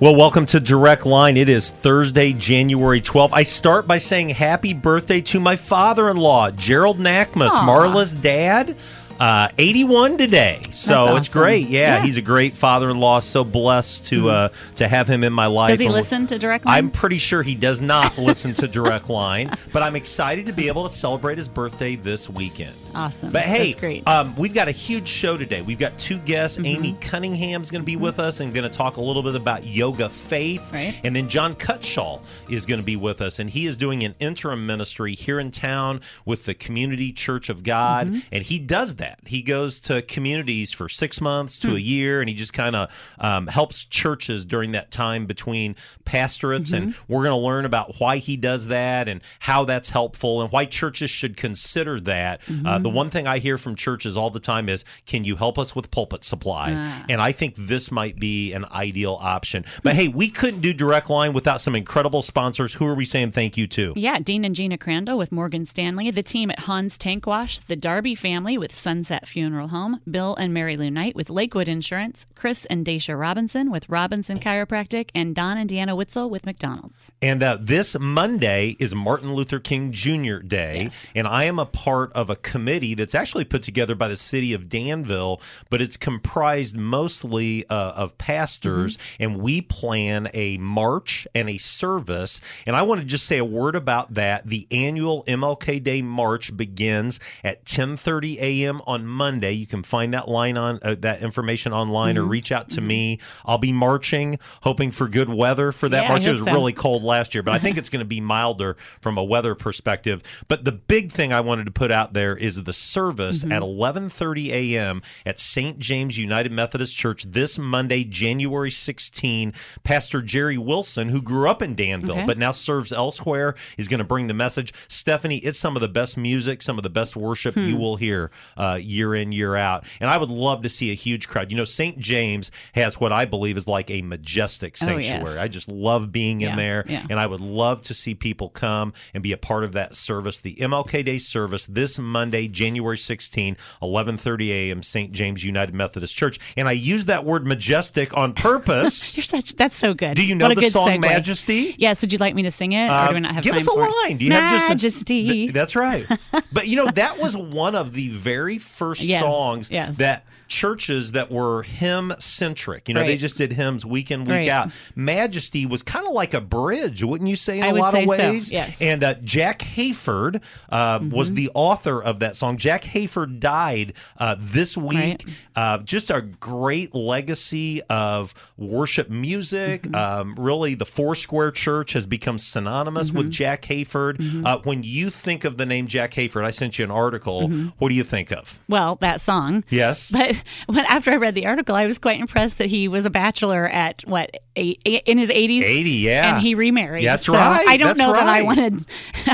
Well, welcome to Direct Line. It is Thursday, January 12th. I start by saying happy birthday to my father in law, Gerald Nackmus, Aw. Marla's dad. Uh, 81 today, That's so it's awesome. great. Yeah, Yeah. Mm-hmm. he's a great father-in-law. So blessed to uh, to have him in my life. Does he And- listen to Direct Line? I'm pretty sure he does not listen to Direct Line, but I'm excited to be able to celebrate his birthday this weekend. awesome. But hey, That's great. Mm-hmm. Um, we've got a huge show today. We've got two guests. Amy Cunningham's going to be with us and going to talk a little bit about yoga faith. Right. And then John Cutshaw is going to be with us, and he is doing an interim ministry here in town with the Community Church of God, Mm-hmm. and he does that. He goes to communities for six months Hmm. to a year, and he just kind of um, helps churches during that time between pastorates. And Mm-hmm. we're going to learn about why he does that and how that's helpful, and why churches should consider that. Uh, Mm-hmm. the one thing I hear from churches all the time is, "Can you help us with pulpit supply?" And I think this might be an ideal option. But hey, we couldn't do Direct Line without some incredible sponsors. Who are we saying thank you to? yeah, Dean and Gina Crandall with Morgan Stanley, the team at Hans Tank Wash, the Darby family with Sunset Funeral Home, Bill and Mary Lou Knight with Lakewood Insurance, Chris and Daisha Robinson with Robinson Chiropractic, and Don and Deanna Witzel with McDonald's. And uh, this Monday is Martin Luther King Jr. Day, and I am a part of a committee that's actually put together by the city of Danville, but it's comprised mostly uh, of pastors, Mm-hmm. and we plan a march and a service. And I want to just say a word about that. The annual MLK Day March begins at 10:30 a.m. on Monday. You can find that line on uh, that information online Mm-hmm. or reach out to me. I'll be marching, hoping for good weather for that Yeah, I march. It hope was so. really cold last year, but I think it's going to be milder from a weather perspective. But the big thing I wanted to put out there is the service Mm-hmm. at 11:30 a.m. at St. James United Methodist Church this Monday, January 16. Pastor Jerry Wilson, who grew up in Danville Okay. but now serves elsewhere, is going to bring the message. Stephanie, it's some of the best music, some of the best worship Hmm. you will hear uh, year in year out, and I would love to see a huge crowd. You know, St. James has what I believe is like a majestic Oh, yes. sanctuary. I just love being in Yeah, there. yeah. And I would love to see people come and be a part of that service, the MLK Day service this Monday, January 16, 11:30 a.m. St. James United Methodist Church. And I use that word majestic on purpose. You're such that's so good. Do you know What a the good song segue. Majesty? Yes, would you like me to sing it? or do we Um, not have give time us a for line. It? Do you have just a- Majesty. Th- that's right. but you know that was one of the very first Yes, songs yes. that churches that were hymn centric. You know, they Right. just did hymns week in week Right. out. Majesty was kind of like a bridge, wouldn't you say? In a I would lot say of so, ways. yes. And uh, Jack Hayford uh, Mm-hmm. was the author of that song. Jack Hayford died uh, this week. Right. Uh, just a great legacy of worship music. Mm-hmm. Um, really, the Four Square Church has become synonymous with Mm-hmm. Jack Hayford. Uh, when you think of the name Jack Hayford, I sent you an article. What do you think of? Well, that song. Yes. Mm-hmm. But when after I read the article, I was quite impressed that he was a bachelor at what eight, in his eighties. 80, yeah. and he remarried. That's So right. I don't That's know that I right. wanted.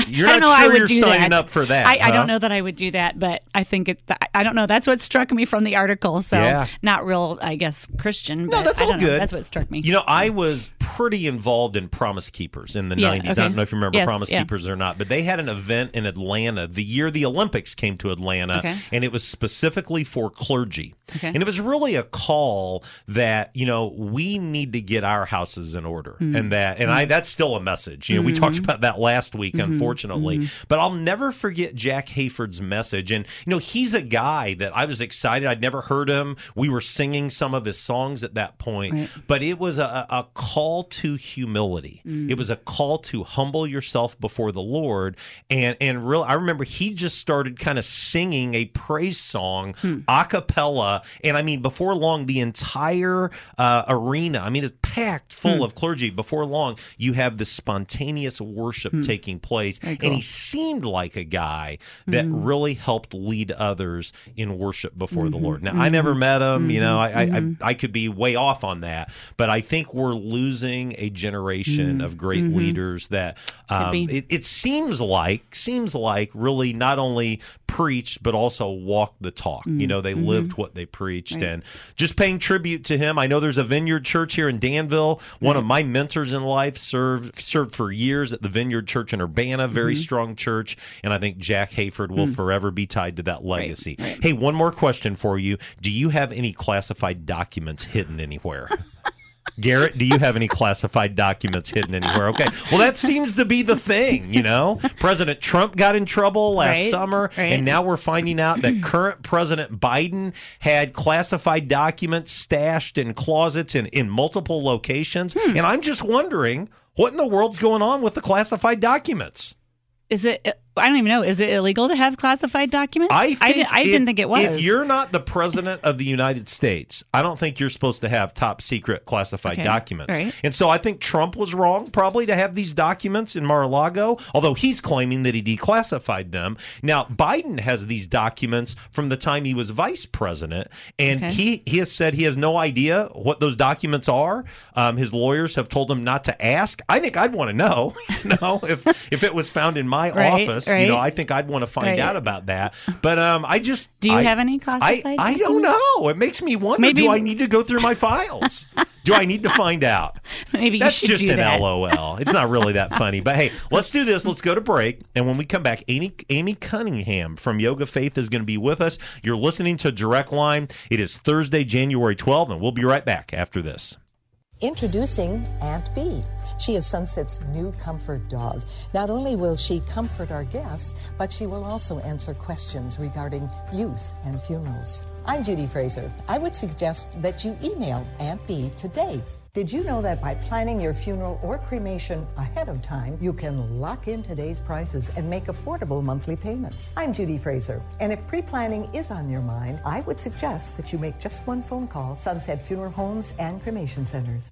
You're I don't not know I sure would you're do signing that. up for that, I, I huh? don't know that I would do that, but I think it. I don't know. That's what struck me from the article. So Yeah. not real, I guess, Christian. But No, that's I all don't know. good. That's what struck me. You know, I was pretty involved in Promise Keepers in the Yeah, 90s. I okay. don't know if you remember Yes, Promise yeah. Keepers or not, but they had an event in Atlanta the year the Olympics came to Atlanta, Okay. and it was specifically for clergy. Okay. And it was really a call that, you know, we need to get our houses in order. And that and I that's still a message. You know, we talked about that last week, unfortunately. But I'll never forget Jack Hayford's message. And you know, he's a guy that I was excited. I'd never heard him. We were singing some of his songs at that point. But it was a, a call to humility. It was a call to humble yourself before the Lord. And and real I remember he just started kind of singing a praise song a cappella. And I mean before long the entire uh, arena, I mean it's packed full of clergy. Before long, you have this spontaneous worship taking place. And he seemed like a guy that really helped lead others in worship before the Lord. Now, I never met him. You know, I, I, I, I could be way off on that, but I think we're losing a generation of great leaders that um, be. it, it seems like seems like really not only preached but also walked the talk. You know, they lived what they preached, and just paying tribute to him. I know there's a Vineyard Church here in Danville. One of my mentors in life served served for years at the Vineyard Church in Urbana, very Mm-hmm. strong church, and I think Jack Hayford Mm. will forever be tied to that legacy. Hey, one more question for you: Do you have any classified documents hidden anywhere? Garrett, do you have any classified documents hidden anywhere? Okay. Well, that seems to be the thing, you know? President Trump got in trouble last Right, summer, right. and now we're finding out that current President Biden had classified documents stashed in closets in, in multiple locations. Hmm. And I'm just wondering what in the world's going on with the classified documents? Is it? I don't even know. Is it illegal to have classified documents? I think didn't, I if- didn't think it was. If you're not the president of the United States, I don't think you're supposed to have top secret classified Okay. documents. Right. And so I think Trump was wrong probably to have these documents in Mar-a-Lago, although he's claiming that he declassified them. Now Biden has these documents from the time he was vice president, and Okay. he he has said he has no idea what those documents are. Um, his lawyers have told him not to ask. I think I'd want to know, you know, if if it was found in my Right, office, you right. know, I think I'd want to find Right. out about that. But um, I just Do you I- have any I, classified? I don't know. It makes me wonder. Maybe- do I need to go through my files? do I need to find out? Maybe you That's should just do an that. LOL. It's not really that funny. But hey, let's do this. Let's go to break. And when we come back, Amy, Amy Cunningham from Yoga Faith is going to be with us. You're listening to Direct Line. It is Thursday, January 12th, and we'll be right back after this. Introducing Aunt Bee. She is Sunset's new comfort dog. Not only will she comfort our guests, but she will also answer questions regarding youth and funerals. I'm Judy Fraser. I would suggest that you email Aunt Bee today. Did you know that by planning your funeral or cremation ahead of time, you can lock in today's prices and make affordable monthly payments? I'm Judy Fraser, and if pre planning is on your mind, I would suggest that you make just one phone call Sunset Funeral Homes and Cremation Centers.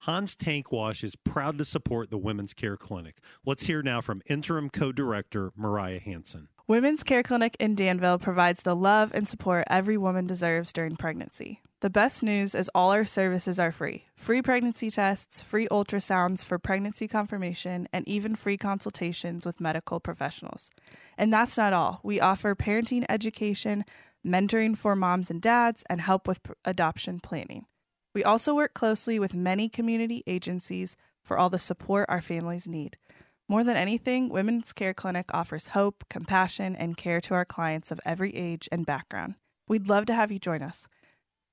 Hans Tank Wash is proud to support the Women's Care Clinic. Let's hear now from interim co director Mariah Hansen. Women's Care Clinic in Danville provides the love and support every woman deserves during pregnancy. The best news is all our services are free free pregnancy tests, free ultrasounds for pregnancy confirmation, and even free consultations with medical professionals. And that's not all. We offer parenting education, mentoring for moms and dads, and help with pr- adoption planning. We also work closely with many community agencies for all the support our families need. More than anything, Women's Care Clinic offers hope, compassion, and care to our clients of every age and background. We'd love to have you join us.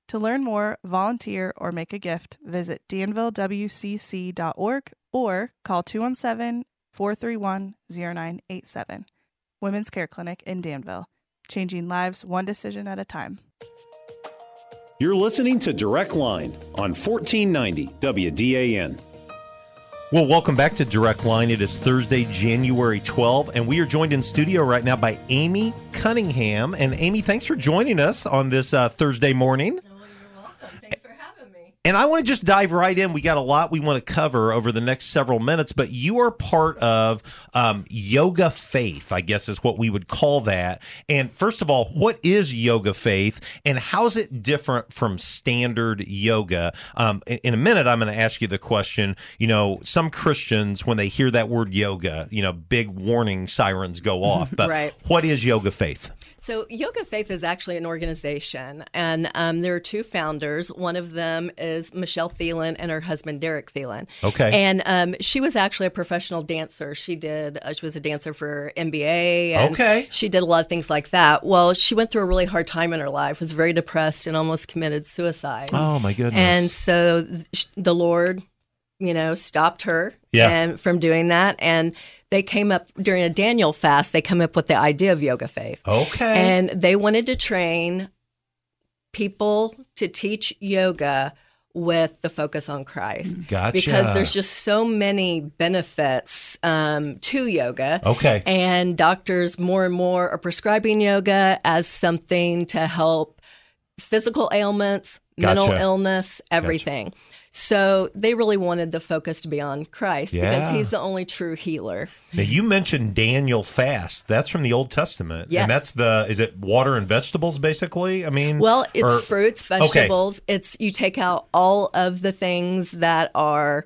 To learn more, volunteer, or make a gift, visit danvillewcc.org or call 217 431 0987. Women's Care Clinic in Danville, changing lives one decision at a time. You're listening to Direct Line on 1490 WDAN. Well, welcome back to Direct Line. It is Thursday, January 12th, and we are joined in studio right now by Amy Cunningham. And Amy, thanks for joining us on this uh, Thursday morning. And I want to just dive right in. We got a lot we want to cover over the next several minutes, but you are part of um, Yoga Faith, I guess is what we would call that. And first of all, what is Yoga Faith and how's it different from standard yoga? Um, in, in a minute, I'm going to ask you the question. You know, some Christians, when they hear that word yoga, you know, big warning sirens go off. But Right. what is Yoga Faith? So, Yoga Faith is actually an organization, and um, there are two founders. One of them is is Michelle Thielen and her husband Derek Thielen. Okay. And um, she was actually a professional dancer. She did. Uh, she was a dancer for NBA. and Okay. She did a lot of things like that. Well, she went through a really hard time in her life. Was very depressed and almost committed suicide. Oh my goodness. And so th- sh- the Lord, you know, stopped her Yeah. and from doing that. And they came up during a Daniel fast, they come up with the idea of yoga faith. okay. And they wanted to train people to teach yoga with the focus on Christ. Gotcha. Because there's just so many benefits um, to yoga. okay. And doctors more and more are prescribing yoga as something to help physical ailments, mental Gotcha. illness, everything. So they really wanted the focus to be on Christ Yeah. because he's the only true healer. now you mentioned Daniel fast. That's from the Old Testament. Yes. And that's the is it water and vegetables basically? I mean Well, it's Mm. or- fruits, Okay. vegetables. It's you take out all of the things that are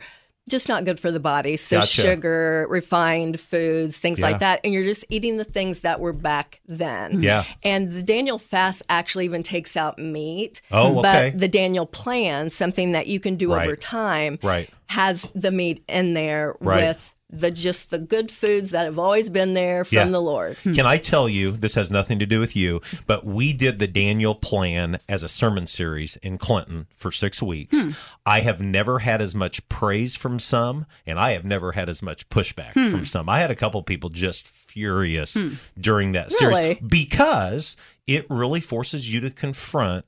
just not good for the body. So Gotcha. sugar, refined foods, things Yeah. like that, and you're just eating the things that were back then. Yeah. And the Daniel fast actually even takes out meat. Oh, okay. But the Daniel plan, something that you can do Right. over time, Right. has the meat in there Right. with the just the good foods that have always been there from Yeah. the Lord. Hmm. Can I tell you, this has nothing to do with you, but we did the Daniel plan as a sermon series in Clinton for six weeks. Hmm. I have never had as much praise from some, and I have never had as much pushback Hmm. from some. I had a couple people just furious during that series Really? because it really forces you to confront.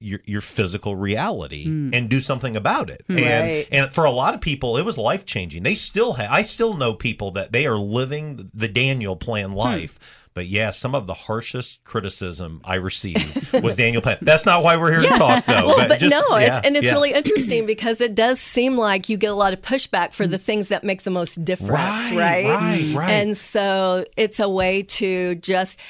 Your, your physical reality Hmm. and do something about it. And Right. and for a lot of people it was life changing they still ha- i still know people that they are living the daniel Hmm. plan life But yeah, some of the harshest criticism I received was Daniel Plan. That's not why we're here to talk, though. Well, but, just- no, yeah, it's, and it's yeah. really interesting because it does seem like you get a lot of pushback for the things that make the most difference, Right, right? right, right. And so it's a way to just.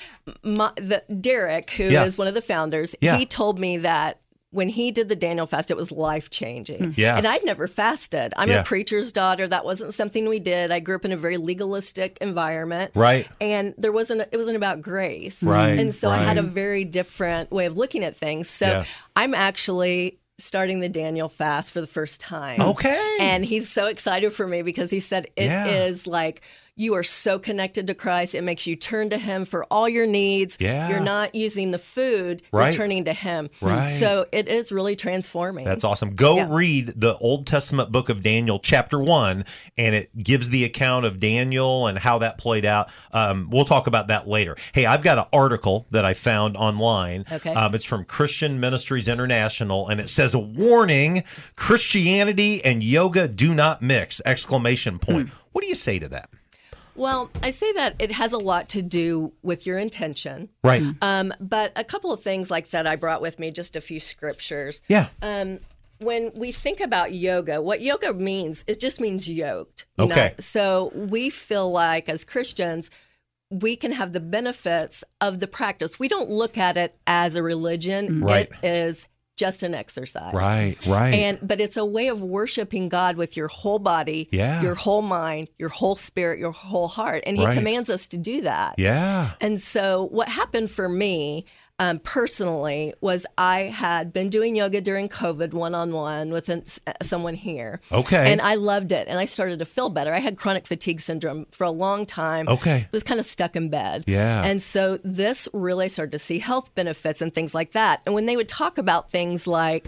My, the, Derek, who is Yeah. one of the founders, Yeah. he told me that when he did the Daniel fast, it was life changing. Mm-hmm. Yeah. And I'd never fasted. I'm Yeah. a preacher's daughter. That wasn't something we did. I grew up in a very legalistic environment right. and there wasn't it wasn't about grace Right, and so i had a right. very different way of looking at things so Yeah. i'm actually starting the daniel fast for the first time Okay. and he's so excited for me because he said it is Yeah. like you are so connected to christ it makes you turn to him for all your needs Yeah. you're not using the food Right. you're turning to him Right. so it is really transforming That's awesome. Go Yeah. read the Old Testament book of Daniel, chapter one, and it gives the account of Daniel and how that played out. Um, we'll talk about that later. Hey, I've got an article that I found online. Okay. Um, it's from Christian Ministries International, and it says a warning: Christianity and yoga do not mix! Exclamation Hmm. point. What do you say to that? well i say that it has a lot to do with your intention Right. Um, but a couple of things like that I brought with me, just a few scriptures. Yeah. Um, when we think about yoga, what yoga means, it just means yoked. Okay. not- so we feel like as Christians, we can have the benefits of the practice. We don't look at it as a religion. Mm-hmm. Right. It is just an exercise. right. Right. And but it's a way of worshiping God with your whole body, Yeah. your whole mind, your whole spirit, your whole heart. And he Right. commands us to do that. yeah. And so, what happened for me um, personally was I had been doing yoga during COVID one on one with an, s- uh, someone here. Okay. And I loved it. And I started to feel better. I had chronic fatigue syndrome for a long time. Okay. Was kind of stuck in bed. Yeah. And so this really started to see health benefits and things like that. And when they would talk about things like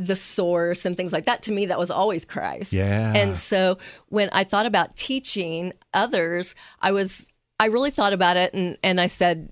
the source and things like that, to me, that was always Christ. Yeah. And so when I thought about teaching others, I was, I really thought about it and, and I said,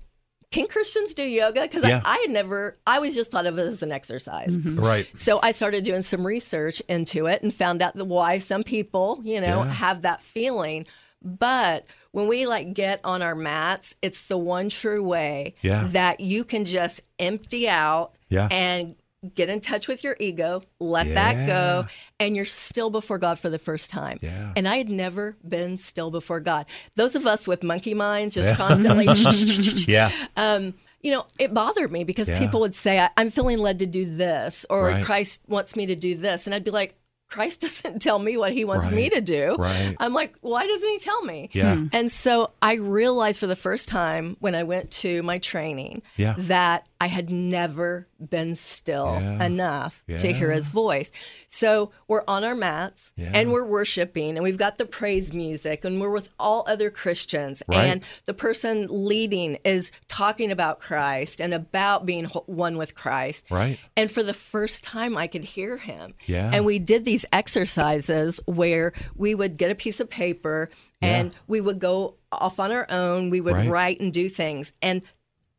can Christians do yoga? Because Yeah. I, I had never, I was just thought of it as an exercise. right. So I started doing some research into it and found out the why some people, you know, Yeah. have that feeling. But when we like get on our mats, it's the one true way Yeah. that you can just empty out Yeah. and get in touch with your ego, let that Yeah. go, and you're still before God for the first time. Yeah. And I had never been still before God. Those of us with monkey minds just constantly yeah. um, you know, it bothered me because Yeah. people would say, I- I'm feeling led to do this, or Right. Christ wants me to do this. And I'd be like, Christ doesn't tell me what he wants me Right. to do. Right. I'm like, why doesn't he tell me? Yeah. Hmm. And so I realized for the first time when I went to my training Yeah. that I had never been still Yeah. enough to hear his voice. So we're on our mats and we're worshiping and we've got the praise music and we're with all other Christians. Right. And the person leading is talking about Christ and about being ho- one with Christ. Right. And for the first time, I could hear him. Yeah. And we did these exercises where we would get a piece of paper and we would go off on our own. We would Right. write and do things. And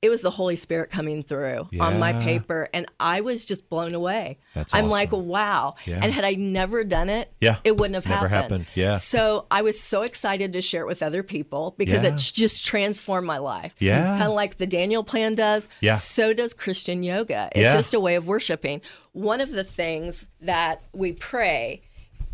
it was the Holy Spirit coming through on my Yeah. paper. And I was just blown away. That's I'm like, awesome. wow. Yeah. And had I never done it, Yeah. it wouldn't have Never happened. Yeah. So I was so excited to share it with other people because Yeah. it just transformed my life. Yeah. Kind of like the Daniel plan does. Yeah. So does Christian yoga. It's Yeah. just a way of worshiping. One of the things that we pray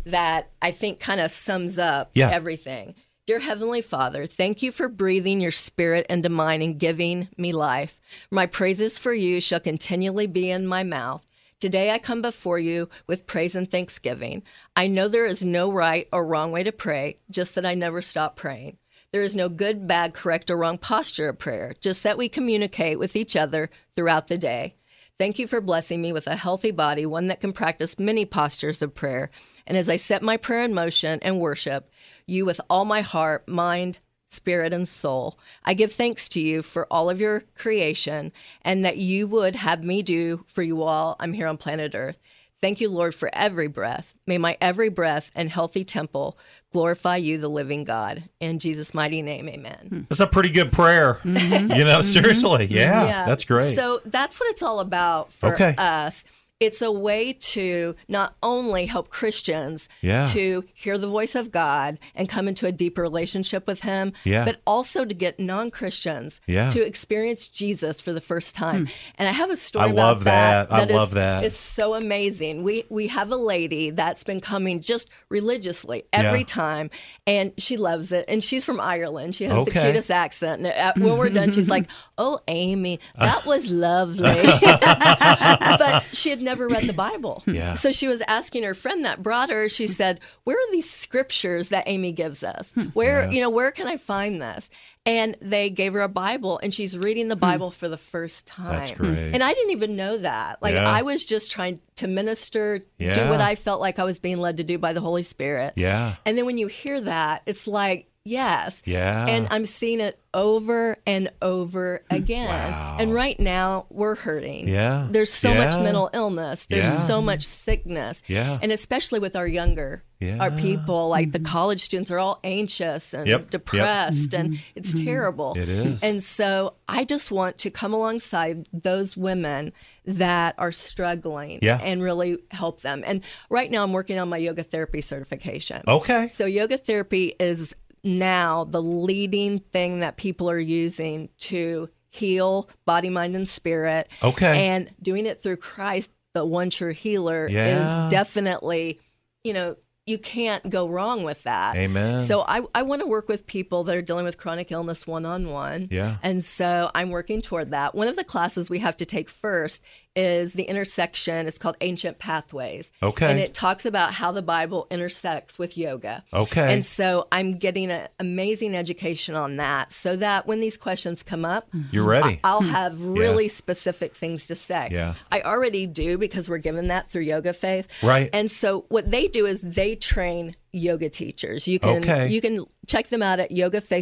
that I think kind of sums up Yeah. everything. Dear Heavenly Father, thank you for breathing your spirit into mine and giving me life. My praises for you shall continually be in my mouth. Today I come before you with praise and thanksgiving. I know there is no right or wrong way to pray, just that I never stop praying. There is no good, bad, correct, or wrong posture of prayer, just that we communicate with each other throughout the day. Thank you for blessing me with a healthy body, one that can practice many postures of prayer. And as I set my prayer in motion and worship you with all my heart, mind, spirit, and soul, I give thanks to you for all of your creation and that you would have me do for you all. I'm here on planet Earth. Thank you, Lord, for every breath. May my every breath and healthy temple glorify you, the living God. In Jesus' mighty name, amen. That's a pretty good prayer. Mm-hmm. You know, seriously. Yeah, That's great. So that's what it's all about for Okay. us. It's a way to not only help Christians Yeah. to hear the voice of God and come into a deeper relationship with Him, Yeah. but also to get non Christians Yeah. to experience Jesus for the first time. And I have a story I about love that. I is- love that. It's so amazing. We we have a lady that's been coming just religiously every Yeah. time, and she loves it. And she's from Ireland. She has Okay. the cutest accent. And uh, when we're done, she's like, "Oh, Amy, that was lovely." but she had never read the Bible. Yeah. So she was asking her friend that brought her. She said, "Where are these scriptures that Amy gives us? Hmm. Where you know where can I find this?" And they gave her a Bible, and she's reading the Bible for the first time. Hmm. That's great. And I didn't even know that. Like Yeah. I was just trying to minister, Yeah. do what I felt like I was being led to do by the Holy Spirit. yeah. And then when you hear that, it's like, yes. Yeah. Hmm. And I'm seeing it over and over again. Wow. And right now, we're hurting. Yeah. There's so much Yeah. mental illness. There's Yeah. so much sickness. Yeah. And especially with our younger, our Yeah. Mm-hmm. people, like the college students are all anxious and Yep. Mm-hmm. Yep. depressed, and it's terrible. It is. And so I just want to come alongside those women that are struggling Yeah. and really help them. And right now, I'm working on my yoga therapy certification. okay. So yoga therapy is now the leading thing that people are using to heal body, mind, and spirit. Okay. And doing it through Christ, the one true healer, Yeah. is definitely, you know, you can't go wrong with that. Amen. So I, I want to work with people that are dealing with chronic illness one on one. Yeah. And so I'm working toward that. One of the classes we have to take first is the intersection. It's called Ancient Pathways. Okay. And it talks about how the Bible intersects with yoga. Okay. And so I'm getting an amazing education on that so that when these questions come up, You're ready. Hmm. I'll have really specific things to say. Yeah. I already do because we're given that through Yoga Faith. Right. And so what they do is they train yoga teachers. You can Okay. you can check them out at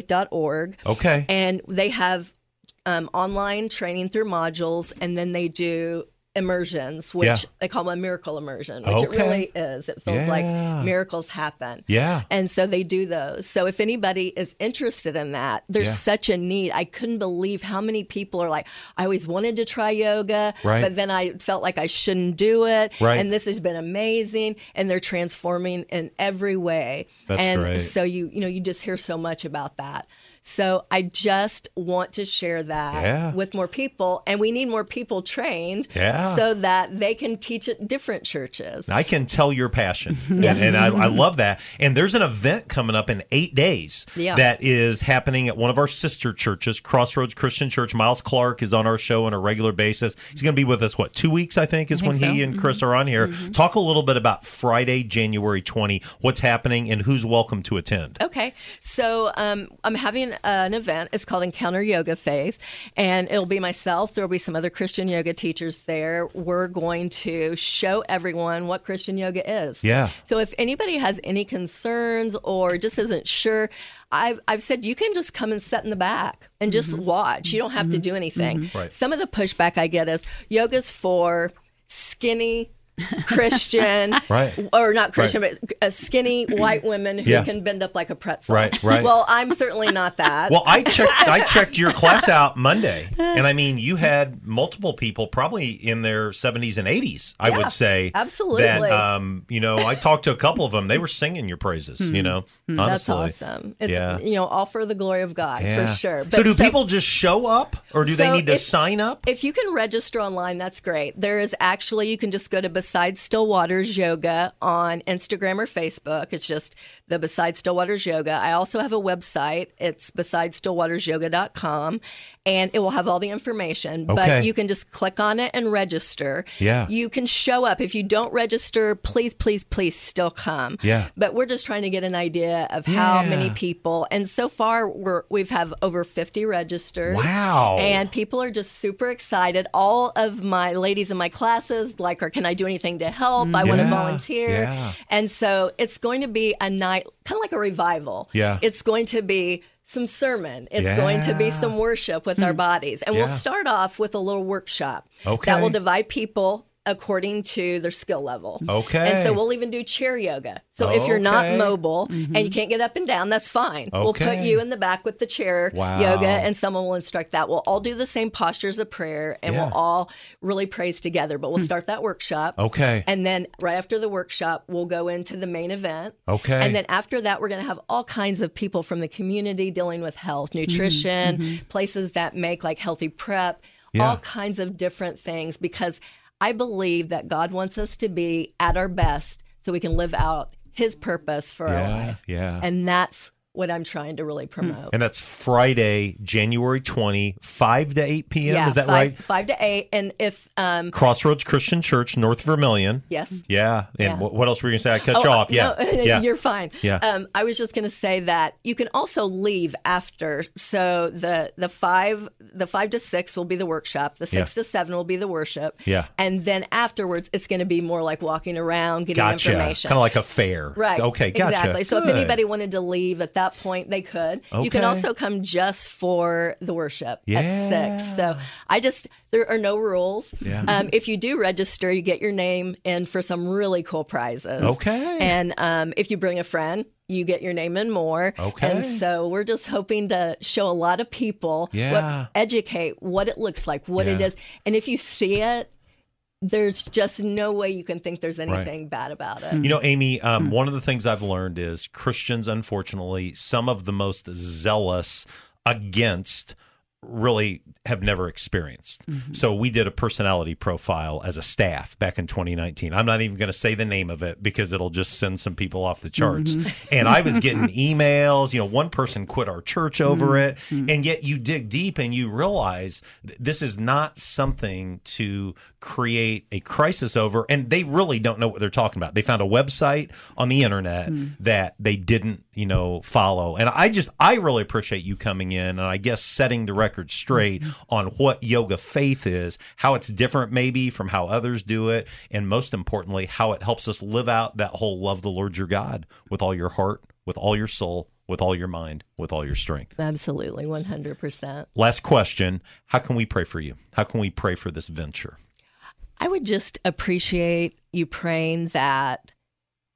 yogafaith.org okay. and they have um, online training through modules and then they do immersions which Yeah. they call a miracle immersion which it Okay. really is it feels Yeah. like miracles happen yeah. and so they do those. So if anybody is interested in that, there's Yeah. such a need. I couldn't believe how many people are like, I always wanted to try yoga, Right. but then I felt like I shouldn't do it. Right. And this has been amazing. And they're transforming in every way. That's and great. so you, you know, you just hear so much about that. So I just want to share that Yeah. with more people. And we need more people trained. Yeah. so that they can teach at different churches. I can tell your passion. And, and I, I love that. And there's an event coming up in eight days Yeah. that is happening at one of our sister churches, Crossroads Christian Church. Miles Clark is on our show on a regular basis. He's going to be with us, what, two weeks, I think, is think when so. he and Chris are on here. Talk a little bit about Friday, January 20, what's happening and who's welcome to attend. Okay. So um, I'm having an event. It's called Encounter Yoga Faith, and it'll be myself. There'll be some other Christian yoga teachers there. We're going to show everyone what Christian yoga is. Yeah. So if anybody has any concerns or just isn't sure, I've, I've said you can just come and sit in the back and just watch. You don't have to do anything. Mm-hmm. Right. Some of the pushback I get is yoga's for skinny Christian, Right. Or not Christian, but uh, skinny white women who Yeah. can bend up like a pretzel. Right, right. Well, I'm certainly not that. Well, I checked. I checked your class out Monday, and I mean, you had multiple people, probably in their seventies and eighties. I Yeah, would say absolutely. That um, you know, I talked to a couple of them. They were singing your praises. You know, Hmm. that's honestly. awesome. It's Yeah. you know, all for the glory of God Yeah. for sure. so, do people just show up, or do they So need to if- sign up? If you can register online, that's great. There is actually, you can just go to Besides Stillwater's Yoga on Instagram or Facebook. It's just the Besides Stillwater's Yoga. I also have a website. It's besidesstillwatersyoga.com and it will have all the information. Okay. But you can just click on it and register. Yeah. You can show up. If you don't register, please, please, please still come. Yeah. But we're just trying to get an idea of how many Yeah. people. And so far, we're, we've have over 50 registered. Wow. And people are just super excited. All of my ladies in my classes like are can I do anything to help? I want to Mm. Yeah, volunteer. yeah. And so it's going to be a night kind of like a revival. Yeah. It's going to be some sermon. It's going to be Yeah. Hmm. some worship with our bodies. And Yeah. we'll start off with a little workshop Okay. that will divide people according to their skill level. Okay. And so we'll even do chair yoga. So if you're Okay. Mm-hmm. not mobile and you can't get up and down, that's fine. We'll put Okay. you in the back with the chair Wow. yoga and someone will instruct that. We'll all do the same postures of prayer and Yeah. Hmm. we'll all really praise together. But we'll start that workshop. okay. And then right after the workshop, we'll go into the main event. okay. And then after that, we're going to have all kinds of people from the community dealing with health, Mm-hmm. nutrition, places that make like healthy prep, Yeah. all kinds of different things because I believe that God wants us to be at our best so we can live out his purpose for our yeah. Hmm. life. Yeah. And that's what I'm trying to really promote. And that's Friday, January 20, 5 to 8 p.m. Is that five, right? Five to eight. And if, um, Crossroads Christian Church, North Vermilion. yes. Yeah. Yeah. And wh- what else were you going to say? I cut you Oh, off. Yeah. no, yeah. you're fine. Yeah. Um, I was just going to say that you can also leave after. So the the five the five to six will be the workshop. The six to seven will be the worship. Yeah. And then afterwards, it's going to be more like walking around, getting gotcha. information. Kind of like a fair. Right. Okay. Gotcha. Exactly. So if Good. anybody wanted to leave at that point, they could. You Okay. can also come just for the worship at Yeah. six. So I just there are no rules. Yeah. Um, if you do register, you get your name in for some really cool prizes. Okay. And um, if you bring a friend, you get your name and more. Okay. And so we're just hoping to show a lot of people, what- Yeah. educate what it looks like, what it Yeah. is, and if you see it. There's just no way you can think there's anything bad about it. You know, Amy, um, one of the things I've learned is Christians, unfortunately, some of the most zealous against really have never experienced. So we did a personality profile as a staff back in 2019. I'm not even going to say the name of it because it'll just send some people off the charts. And I was getting emails, you know, one person quit our church over it. And yet you dig deep and you realize th- this is not something to create a crisis over and they really don't know what they're talking about. They found a website on the internet that they didn't, you know, follow. And I just I really appreciate you coming in and I guess setting the record straight on what yoga faith is, how it's different maybe from how others do it, and most importantly, how it helps us live out that whole love the Lord your God with all your heart, with all your soul, with all your mind, with all your strength. Absolutely, 100%. Last question, how can we pray for you? How can we pray for this venture? I would just appreciate you praying that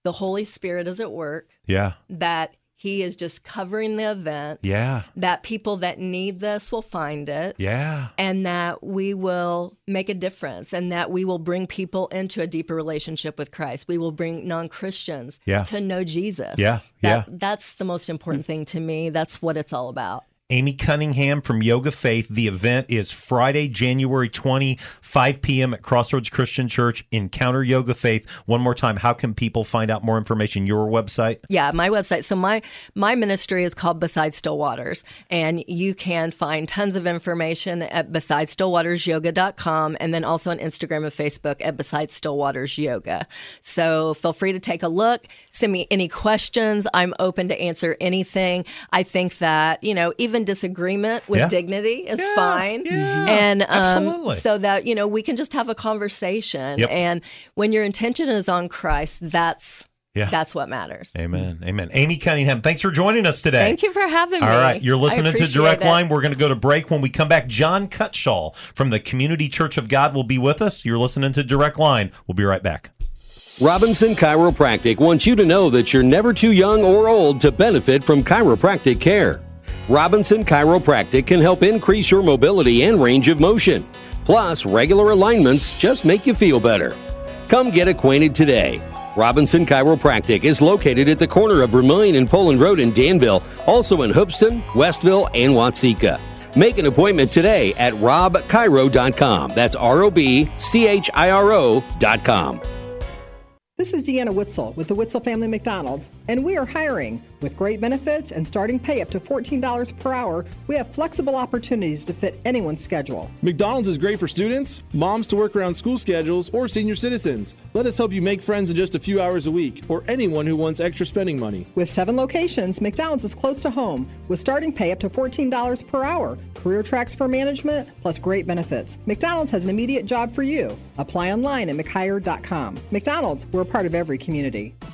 the Holy Spirit is at work, Yeah. that He is just covering the event, Yeah. that people that need this will find it. Yeah. And that we will make a difference and that we will bring people into a deeper relationship with Christ. We will bring non Christians Yeah. to know Jesus. Yeah. That, That's the most important thing to me. That's what it's all about. Amy Cunningham from Yoga Faith. The event is Friday, January 20, 5 p.m. at Crossroads Christian Church. Encounter Yoga Faith. One more time, how can people find out more information? Your website? Yeah, my website. So my my ministry is called Beside Still Waters, and you can find tons of information at besidestillwatersyoga.com and then also on Instagram and Facebook at Beside Stillwaters Yoga. So feel free to take a look, send me any questions. I'm open to answer anything. I think that, you know, even disagreement with Yeah. dignity is Yeah, fine. yeah, and um, absolutely. so that, you know, we can just have a conversation. Yep. And when your intention is on Christ, that's Yeah. that's what matters. Amen. Amen. Amy Cunningham, thanks for joining us today. Thank you for having me. All right, you're I listening to appreciate Direct it. Line. We're going to go to break. When we come back, John Cutshaw from the Community Church of God will be with us. You're listening to Direct Line. We'll be right back. Robinson Chiropractic wants you to know that you're never too young or old to benefit from chiropractic care. Robinson Chiropractic can help increase your mobility and range of motion. Plus, regular alignments just make you feel better. Come get acquainted today. Robinson Chiropractic is located at the corner of Vermillion and Poland Road in Danville, also in Hoopston, Westville, and Watsika. Make an appointment today at robchiro.com. That's R O B C H I R O.com. This is Deanna Witzel with the Witzel Family McDonald's, and we are hiring. With great benefits and starting pay up to $14 per hour, we have flexible opportunities to fit anyone's schedule. McDonald's is great for students, moms to work around school schedules, or senior citizens. Let us help you make friends in just a few hours a week, or anyone who wants extra spending money. With seven locations, McDonald's is close to home with starting pay up to $14 per hour, career tracks for management, plus great benefits. McDonald's has an immediate job for you. Apply online at McHire.com. McDonald's, we're a part of every community.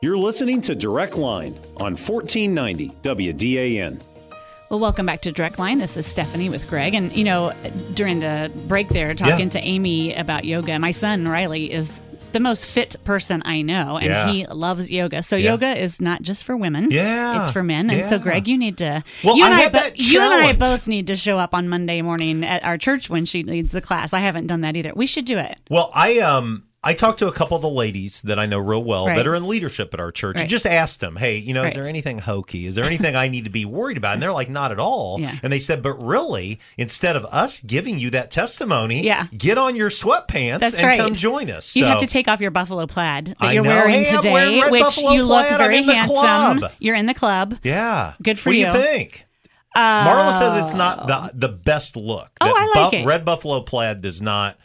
You're listening to Direct Line on 1490 WDAN. Well, welcome back to Direct Line. This is Stephanie with Greg. And, you know, during the break there, talking Yeah. to Amy about yoga, my son, Riley, is the most fit person I know, and Yeah. he loves yoga. So, Yeah. yoga is not just for women. Yeah. It's for men. And so, Yeah. Greg, you need to. Well, you I and had bo- that You and I challenge. both need to show up on Monday morning at our church when she leads the class. I haven't done that either. We should do it. Well, I um I talked to a couple of the ladies that I know real well Right. that are in leadership at our church Right. and just asked them, "Hey, you know, Right. is there anything hokey? Is there anything I need to be worried about?" And they're like, "Not at all." Yeah. And they said, "But really, instead of us giving you that testimony, Yeah. get on your sweatpants That's and right. come join us." You have So- to take off your buffalo plaid that I you're know. wearing Hey, I'm today, wearing red which buffalo you look plaid. I'm very in the handsome. club. You're in the club. Yeah. Good for what you. do you think? Uh, Marla says it's not the the best look. Oh, That I like it. Red buffalo plaid does not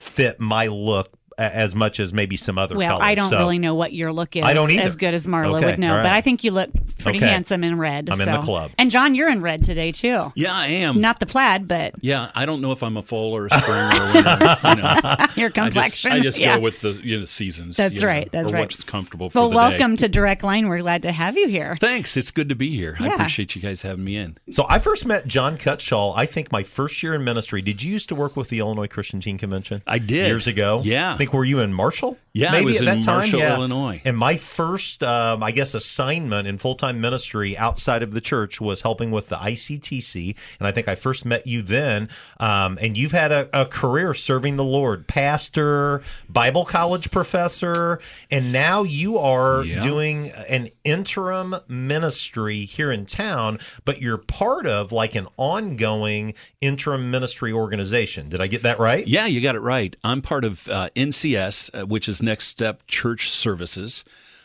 fit my look a- as much as maybe some other Oh, Well, colors. I don't So, really know what your look is I don't either. as good as Marla Okay, would know, all but right. I think you look pretty Okay. handsome in red. I'm so. in the club. And John, you're in red today too. Yeah, I am. Not the plaid, but yeah, I don't know if I'm a fall or a spring or a winter. You know. your I just, complexion. I just yeah. go with the you know, seasons. That's you know, right, that's or right. What's comfortable for Well, the welcome day. to Direct Line. We're glad to have you here. Thanks. It's good to be here. I Yeah. appreciate you guys having me in. So I first met John Cutshaw, I think my first year in ministry. Did you used to work with the Illinois Christian Teen Convention? I did. Years ago. Yeah. I think were you in Marshall? Yeah, I Maybe was at in that time? Marshall, Yeah. Illinois. And my first, um, I guess, assignment in full time ministry outside of the church was helping with the ICTC. And I think I first met you then. Um, and you've had a, a career serving the Lord, pastor, Bible college professor, and now you are Yeah. doing an interim ministry here in town, but you're part of like an ongoing interim ministry organization. Did I get that right? Yeah, you got it right. I'm part of uh, NCS, uh, which is Next Step Church Services.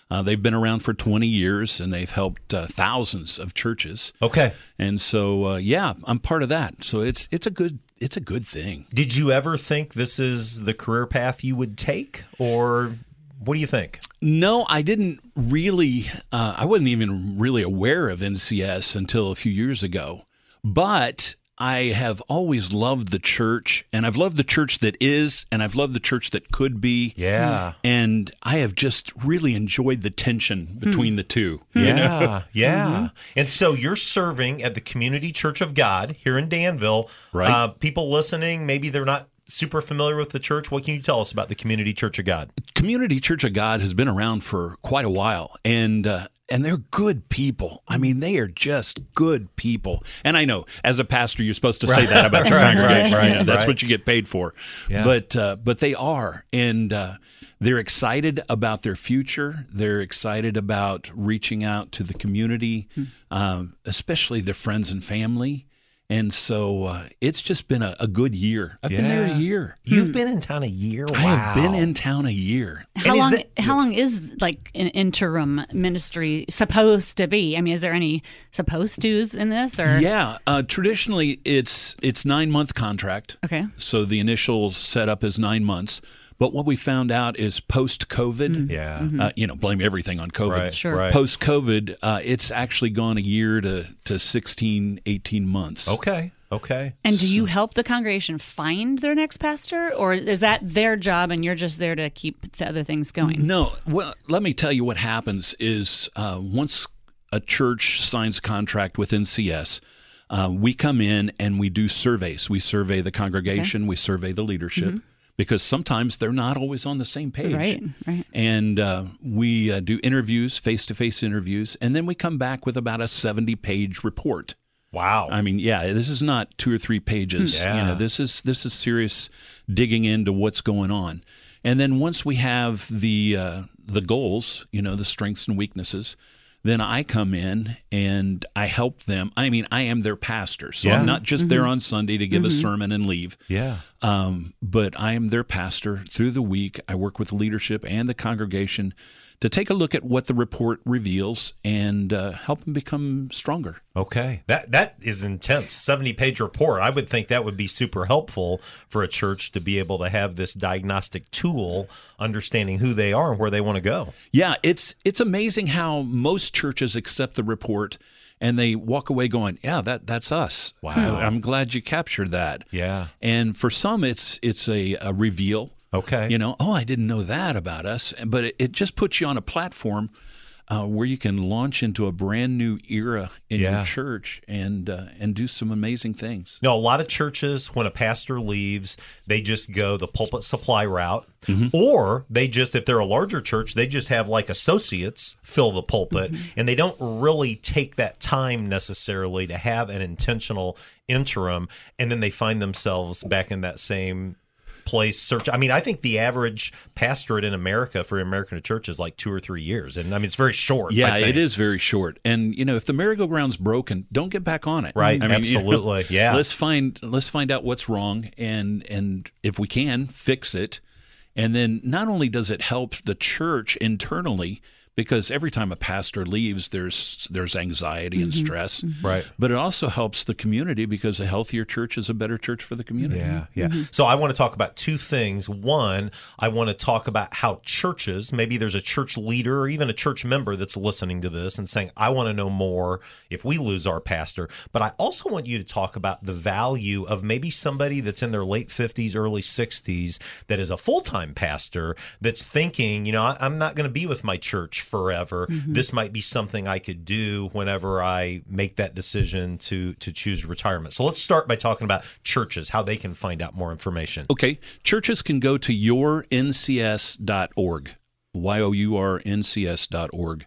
Uh, they've been around for 20 years and they've helped uh, thousands of churches. Okay. And so, uh, yeah, I'm part of that. So it's it's a good it's a good thing. Did you ever think this is the career path you would take, or what do you think? No, I didn't really. Uh, I wasn't even really aware of NCS until a few years ago. But I have always loved the church, and I've loved the church that is, and I've loved the church that could be. Yeah. And I have just really enjoyed the tension between the two. you Hmm. Yeah, know? Mm-hmm. yeah. And so you're serving at the Community Church of God here in Danville. Right. Uh, people listening, maybe they're not super familiar with the church. What can you tell us about the Community Church of God? Community Church of God has been around for quite a while, and uh, and they're good people. I mean, they are just good people. And I know, as a pastor, you're supposed to say Right. that about your Right, right, congregation. right, you know, that's right. what you get paid for. Yeah. But uh, but they are, and uh, they're excited about their future. They're excited about reaching out to the community, Hmm. um, especially their friends and family. And so uh, it's just been a, a good year. I've been there a Yeah. year. You've been in town a year. I have been Wow. in town a year. And How is long? that- how long is like an interim ministry supposed to be? I mean, is there any supposed tos in this? Or Yeah, uh, traditionally it's it's nine month contract. Okay. So the initial setup is nine months. But what we found out is post COVID. Yeah. Uh, you know, blame everything on COVID. Right, Sure. right. Post COVID, uh, it's actually gone a year to, to 16, 18 months. Okay. Okay. And do you help the congregation find their next pastor, or is that their job and you're just there to keep the other things going? No. Well, let me tell you what happens is uh, once a church signs a contract with NCS, uh, we come in and we do surveys. We survey the congregation, we survey the leadership, because sometimes they're not always on the same page. Mm-hmm. Right, right. And uh, we uh, do interviews, face to face interviews, and then we come back with about a 70 page report. Wow. I mean, yeah, this is not two or three pages. Hmm. You Yeah. know, this is this is serious digging into what's going on. And then once we have the uh, the goals, you know, the strengths and weaknesses, then I come in and I help them. I mean, I am their pastor, so Yeah. I'm not just there on Sunday to give a sermon and leave. yeah. Um, but I am their pastor through the week. I work with leadership and the congregation to take a look at what the report reveals and uh, help them become stronger. Okay. That that is intense. 70 page report. I would think that would be super helpful for a church to be able to have this diagnostic tool understanding who they are and where they want to go. Yeah, it's it's amazing how most churches accept the report and they walk away going, "Yeah, that that's us." Wow. I'm glad you captured that. Hmm. Yeah. And for some it's it's a, a reveal. Okay. You know, "Oh, I didn't know that about us." And- But it, it just puts you on a platform uh, where you can launch into a brand new era in Yeah. your church and uh, and do some amazing things. No, a lot of churches, when a pastor leaves, they just go the pulpit supply route, Mm-hmm. or they just, if they're a larger church, they just have like associates fill the pulpit, Mm-hmm. and they don't really take that time necessarily to have an intentional interim, and then they find themselves back in that same place search i mean i think the average pastorate in america for american church is like two or three years and i mean it's very short I Yeah, it think. is very short. And you know, if the merry-go-round's broken, don't get back on it. Right, you know, absolutely, yeah. Let's find let's find out what's wrong and and if we can fix it. And then not only does it help the church internally because every time a pastor leaves there's there's anxiety and stress. Right. But it also helps the community because a healthier church is a better church for the community. Yeah, yeah. So I want to talk about two things. One, I want to talk about how churches, maybe there's a church leader or even a church member that's listening to this and saying, I want to know more if we lose our pastor. But I also want you to talk about the value of maybe somebody that's in their late 50s, early 60s that is a full time pastor that's thinking, you know, I, I'm not going to be with my church forever. This might be something I could do whenever I make that decision to to choose retirement. So let's start by talking about churches, how they can find out more information. Okay. Churches can go to yourncs.org, Y O U R N C S.org.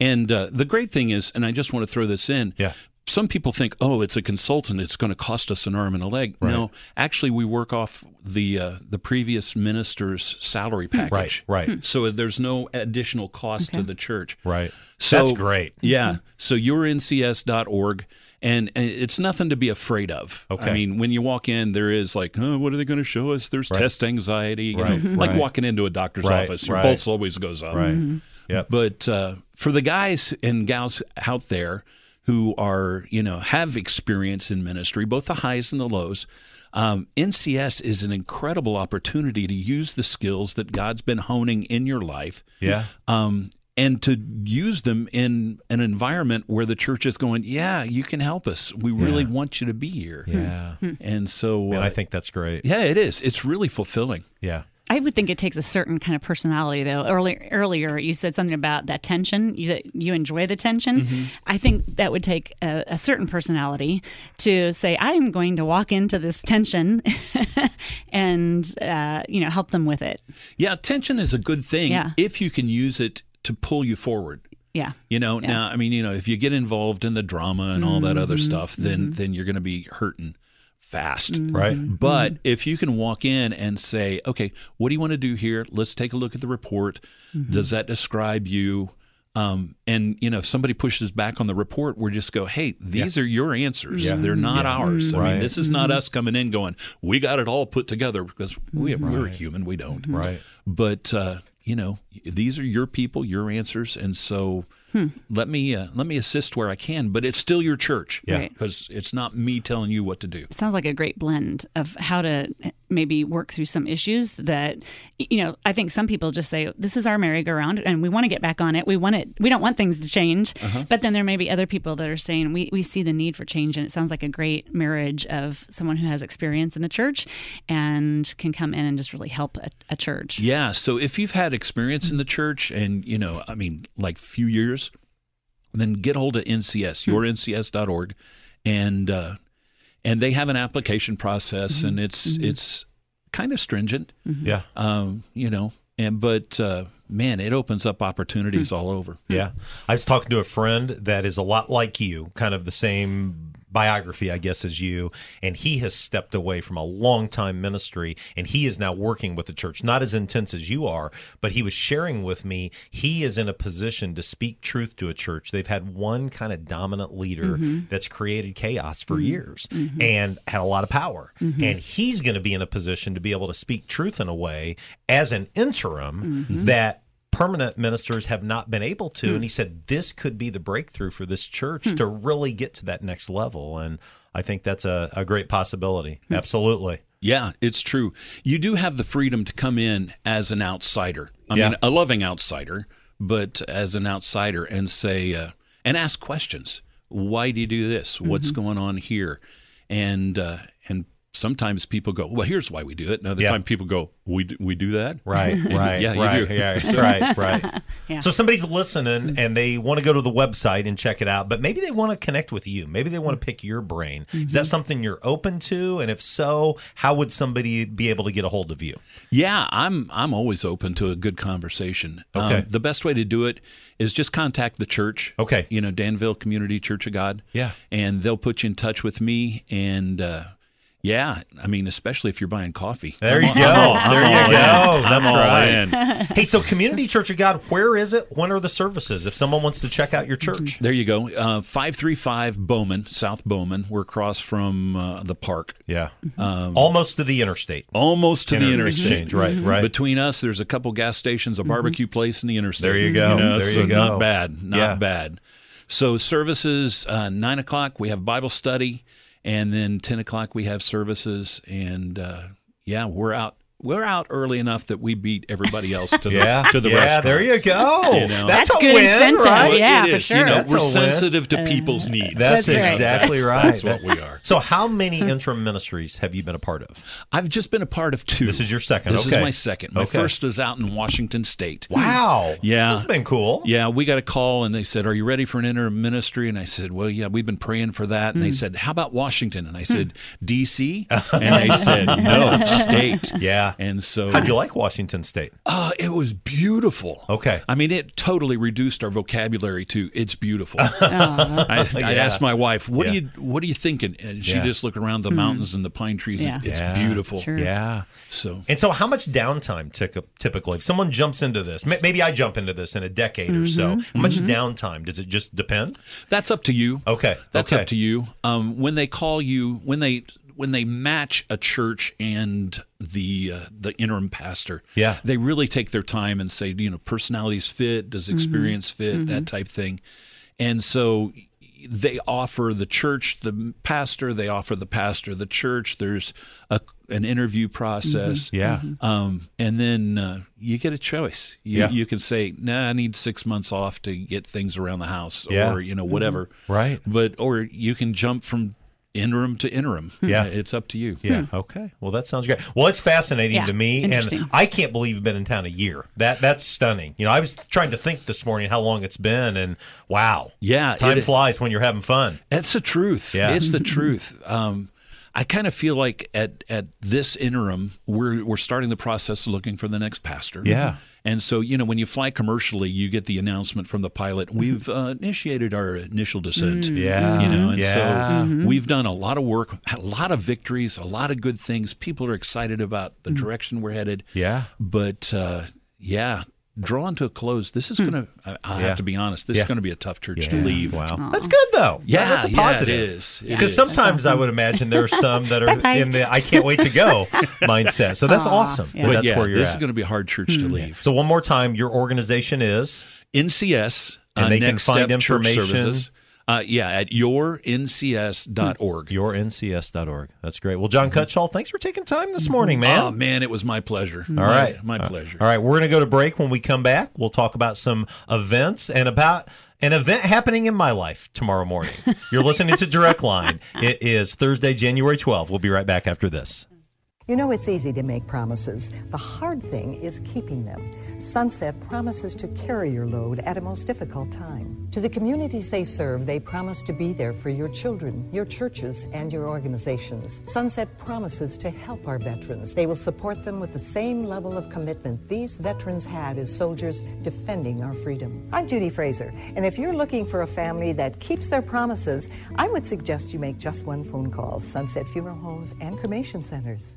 And uh, the great thing is, and I just want to throw this in. Yeah. Some people think, oh, it's a consultant. It's going to cost us an arm and a leg. No, actually, we work off the uh, the previous minister's salary package. right. Hmm. So there's no additional cost to the church. Right. So That's great. Hmm. Yeah. So yourncs.org, and, and it's nothing to be afraid of. Okay. I mean, when you walk in, there is like, oh, what are they going to show us? There's Right. test anxiety, you know, Right, like right. walking into a doctor's Right, office. Your right. pulse always goes up. Right. Mm-hmm. Yep. But uh, for the guys and gals out there who are, you know, have experience in ministry, both the highs and the lows, um, NCS is an incredible opportunity to use the skills that God's been honing in your life Yeah. um, and to use them in an environment where the church is going, yeah, you can help us. We really want you to be here. Yeah. And so uh, I think that's great. yeah, it is. It's really fulfilling. Yeah. I would think it takes a certain kind of personality, though. Earlier, earlier you said something about that tension. You, that you enjoy the tension. Mm-hmm. Mm-hmm. I think that would take a, a certain personality to say, "I am going to walk into this tension," and uh, you know, help them with it. Yeah, tension is a good thing Yeah. if you can use it to pull you forward. Yeah. Mm-hmm. You know, now I mean, you know, if you get involved in the drama and all that other stuff, then then you're going to be hurting fast. Mm-hmm. Right. But if you can walk in and say, "Okay, what do you want to do here? Let's take a look at the report. Mm-hmm. Does that describe you?" Um, and you know, if somebody pushes back on the report, we just go, "Hey, these are your answers. Yeah. They're not ours. I Right. mean, this is not Mm-hmm. us coming in going, we got it all put together because we, we're human. We don't. Right. But uh, you know, these are your people, your answers, and so Hmm. let me uh, let me assist where I can. But it's still your church, Yeah. Right. because it's not me telling you what to do. sounds like a great blend of how to maybe work through some issues that you know i think some people just say this is our merry-go-round and we want to get back on it we want it we don't want things to change Uh-huh. but then there may be other people that are saying we, we see the need for change and it sounds like a great marriage of someone who has experience in the church and can come in and just really help a, a church Yeah. So if you've had experience in the church and, you know, I mean, like few years, then get hold of NCS, yourncs.org. And, uh, and they have an application process and it's, it's kind of stringent, Yeah. um, you know, and, but, uh, man, it opens up opportunities all over. Yeah. I was talking to a friend that is a lot like you, kind of the same biography, I guess, as you. And he has stepped away from a long time ministry and he is now working with the church, not as intense as you are, but he was sharing with me he is in a position to speak truth to a church. They've had one kind of dominant leader that's created chaos for years and had a lot of power. And he's going to be in a position to be able to speak truth in a way as an interim that permanent ministers have not been able to. And he said this could be the breakthrough for this church to really get to that next level. And I think that's a, a great possibility. Absolutely. Yeah, it's true. You do have the freedom to come in as an outsider. I Yeah. mean, a loving outsider, but as an outsider and say, uh, and ask questions. Why do you do this? Mm-hmm. What's going on here? And, uh, and, Sometimes people go, well. Here's why we do it. Another Yeah. time people go, we do, we do that. Right, right, Yeah, you right, do. yeah, right, right. So somebody's Mm-hmm. listening and they want to go to the website and check it out, but maybe they want to connect with you. Maybe they want Mm-hmm. to pick your brain. Is that something you're open to? And if so, how would somebody be able to get a hold of you? Yeah, I'm I'm always open to a good conversation. Um, Okay. the best way to do it is just contact the church. Okay. You know, Danville Community Church of God. Yeah. And they'll put you in touch with me and uh yeah, I mean, especially if you're buying coffee. There you I'm go. all- I'm There you all in. go. I'm That's all right. in. Hey, so Community Church of God, where is it? When are the services? If someone wants to check out your church, There you go. Uh, 535 Bowman, South Bowman. We're across from uh, the park. Mm-hmm. Um, yeah, almost to the interstate. Almost to the Inter- interchange. exchange, Mm-hmm. right, right. Between us, there's a couple gas stations, a barbecue place, and the interstate. There you go. There so you go. Not bad. Not Yeah. bad. So services uh, nine o'clock. We have Bible study, and then ten o'clock we have services. And uh, yeah, we're out. We're out early enough that we beat everybody else to the Yeah, to the yeah. There you restaurants. go. You know? That's, That's a good win, incentive, right? yeah, it for is, sure. You know, That's we're a win. sensitive to people's needs. That's, That's right. exactly That's- right. Uh, That's what we are. Hmm. So, how many interim ministries have you been a part of? I've just been a part of two. This is your second. This Okay. is my second. My Okay. first was out in Washington State. Wow. Yeah. That's been cool. Yeah, we got a call and they said, Are you ready for an interim ministry? And I said, Well, yeah, we've been praying for that. And they said, How about Washington? And I said, DC? And they said, No, state. Yeah. And so How'd you like Washington State? Oh, it was beautiful. Okay. I mean, it totally reduced our vocabulary to it's beautiful. I, I'd asked my wife, What Yeah. are you what are you thinking? And she Yeah. just looked around the Hmm. mountains and the pine trees and Hmm. Yeah. it's Yeah. beautiful. Sure. Yeah. So And so, how much downtime tyc- typically? If someone jumps into this, ma- maybe I jump into this in a decade or so. Mm-hmm. How much downtime does it just depend? That's up to you. Okay, That's okay. up to you. Um, when they call you, when they when they match a church and the uh, the interim pastor, Yeah. they really take their time and say, you know, personalities fit, does experience fit, that type thing, and so y- they offer the church the pastor they offer the pastor the church there's a, an interview process Mhm. Yeah. Mhm. um, and then uh, you get a choice you, Yeah. you can say nah i need six months off to get things around the house Yeah. Mm-hmm. or you know whatever Right. but or you can jump from interim to interim Yeah. it's up to you Yeah. Okay. Well, that sounds great. Well, it's fascinating Yeah, to me, and interesting. I can't believe you've been in town a year. That that's stunning. You know, I was trying to think this morning how long it's been, and wow. Yeah, Time it- flies when you're having fun. That's the truth. Yeah. It's the truth. Um, I kind of feel like at at this interim, we're we're starting the process of looking for the next pastor. Yeah. And so, you know, when you fly commercially, you get the announcement from the pilot, we've uh, initiated our initial descent. Mm-hmm. Mm. Yeah. You know, and Yeah. Mm-hmm. so we've done a lot of work, had a lot of victories, a lot of good things. People are excited about Mm. the direction we're headed. Yeah. But uh, yeah, drawn to a close, this is going to, I I'll Hmm. Yeah. have to be honest, this Yeah. is going to be a tough church to Yeah. leave. Wow. That's good though. Yeah, that's a yeah, it positive. is. It Because is. sometimes I would imagine there are some that are Bye-bye. in the I can't wait to go mindset. So that's Aw. awesome. that Yeah. But that's yeah, where you're this at. Hmm. is going to be a hard church to leave. so one more time, your organization is NCS, And uh, they can Next find Step Church information- Services. Uh, yeah, at yourncs.org. yourncs.org. That's great. Well, John Cutshall, thanks for taking time this morning, man. Oh, Mm-hmm. man, it was my pleasure. All right. My, Uh, pleasure. All right. We're going to go to break. When we come back, we'll talk about some events and about an event happening in my life tomorrow morning. You're listening to Direct Line. It is Thursday, January 12th. We'll be right back after this. You know, it's easy to make promises. The hard thing is keeping them. Sunset promises to carry your load at a most difficult time. To the communities they serve, they promise to be there for your children, your churches, and your organizations. Sunset promises to help our veterans. They will support them with the same level of commitment these veterans had as soldiers defending our freedom. I'm Judy Fraser, and if you're looking for a family that keeps their promises, I would suggest you make just one phone call Sunset Funeral Homes and Cremation Centers.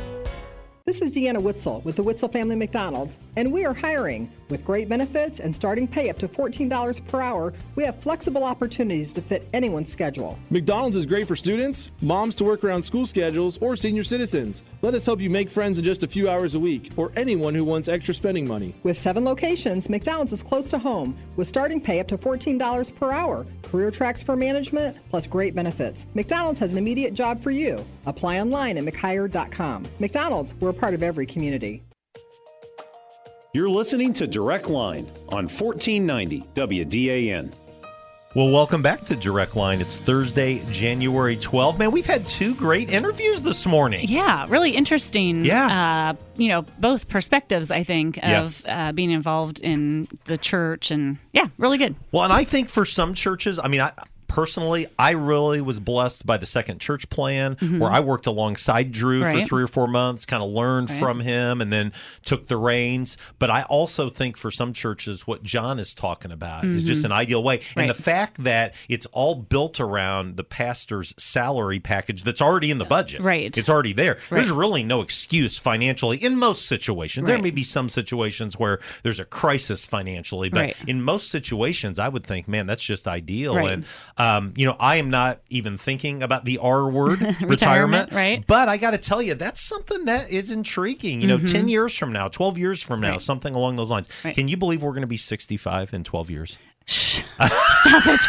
This is Deanna Witzel with the Witzel Family McDonald's, and we are hiring. With great benefits and starting pay up to $14 per hour, we have flexible opportunities to fit anyone's schedule. McDonald's is great for students, moms to work around school schedules, or senior citizens. Let us help you make friends in just a few hours a week, or anyone who wants extra spending money. With seven locations, McDonald's is close to home with starting pay up to $14 per hour, career tracks for management, plus great benefits. McDonald's has an immediate job for you. Apply online at McHire.com. McDonald's, we're a part of every community. You're listening to Direct Line on 1490 WDAN. Well, welcome back to Direct Line. It's Thursday, January 12th. Man, we've had two great interviews this morning. Yeah, really interesting. Uh, Yeah. you know, both perspectives, I think, Yeah. of uh, being involved in the church. And yeah, really good. Well, and I think for some churches, I mean, I personally, I really was blessed by the second church plan where I worked alongside Drew for Mm-hmm. Right. three or four months, kind of learned from him and then took the reins. But I also think for some churches, what John is talking about is just an ideal way. And Mm-hmm. Right. the fact that it's all built around the pastor's salary package that's already in the budget. Right. It's already there. There's Right. really no excuse financially in most situations. There Right. may be some situations where there's a crisis financially, but Right. in most situations, I would think, man, that's just ideal. Right. And um, you know, I am not even thinking about the R word, retirement, Retirement, right. But I got to tell you, that's something that is intriguing. You know, Mm-hmm. ten years from now, twelve years from now, something along those lines. Right. Can you believe we're going to be sixty-five in twelve years? Stop it.